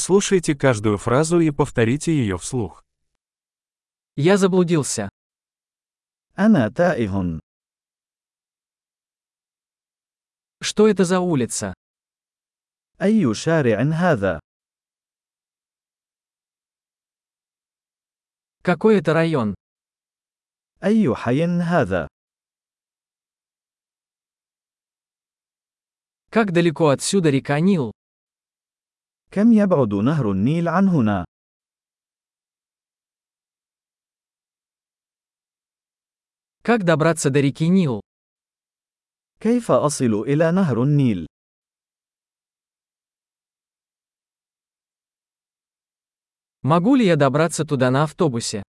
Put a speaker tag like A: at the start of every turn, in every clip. A: Прослушайте каждую фразу и повторите ее вслух.
B: Я заблудился.
C: أنا تائه.
B: Что это за улица?
C: أي شارع هذا؟
B: Какой это район?
C: أي حي هذا؟
B: Как далеко отсюда река Нил?
C: كم يبعد نهر النيل عن هنا؟
B: Как добраться до реки Нил?
C: كيف أصل إلى نهر النيل؟
B: Могу ли я добраться туда на автобусе?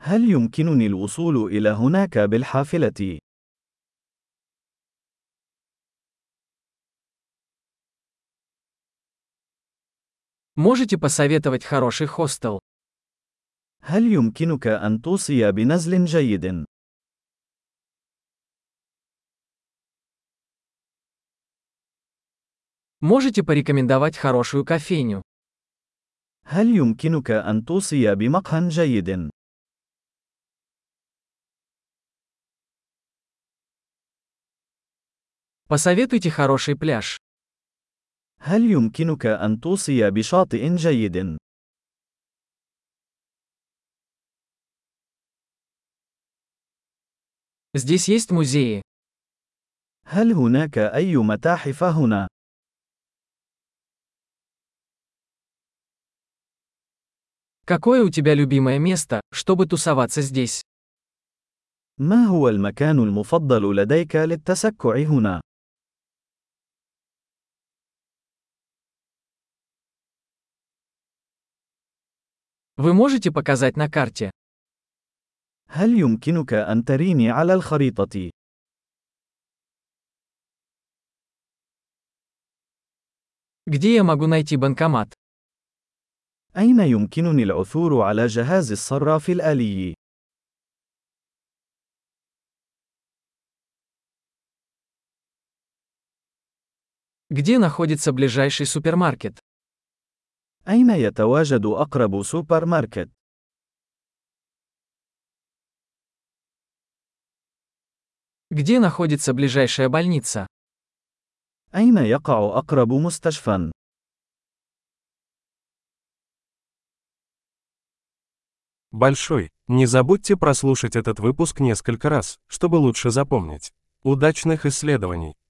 C: هل يمكنني الوصول إلى هناك بالحافلة؟
B: Можете посоветовать хороший хостел?
C: هل يمكنك أن توصي بنزل جيد؟
B: Можете порекомендовать хорошую кофейню?
C: هل يمكنك أن توصي بمقهى جيد؟
B: Посоветуйте хороший пляж.
C: هل يمكنك أن توصي بشاطئ جيد؟
B: Здесь есть музеи.
C: هل هناك أي متاحف هنا؟
B: Какое у тебя любимое место, чтобы тусоваться здесь?
C: ما هو المكان المفضل لديك للتسكع هنا؟
B: Вы можете показать на карте?
C: هل يمكنك أن تريني على الخريطة؟
B: Где я могу найти банкомат?
C: أين يمكنني العثور على جهاز الصراف الآلي؟
B: Где находится ближайший супермаркет?
C: أين يتواجد أقرب سوبر ماركت؟
B: Где находится ближайшая больница?
C: أين يقع أقرب مستشفى؟
A: Большой. Не забудьте прослушать этот выпуск несколько раз, чтобы лучше запомнить. Удачных исследований!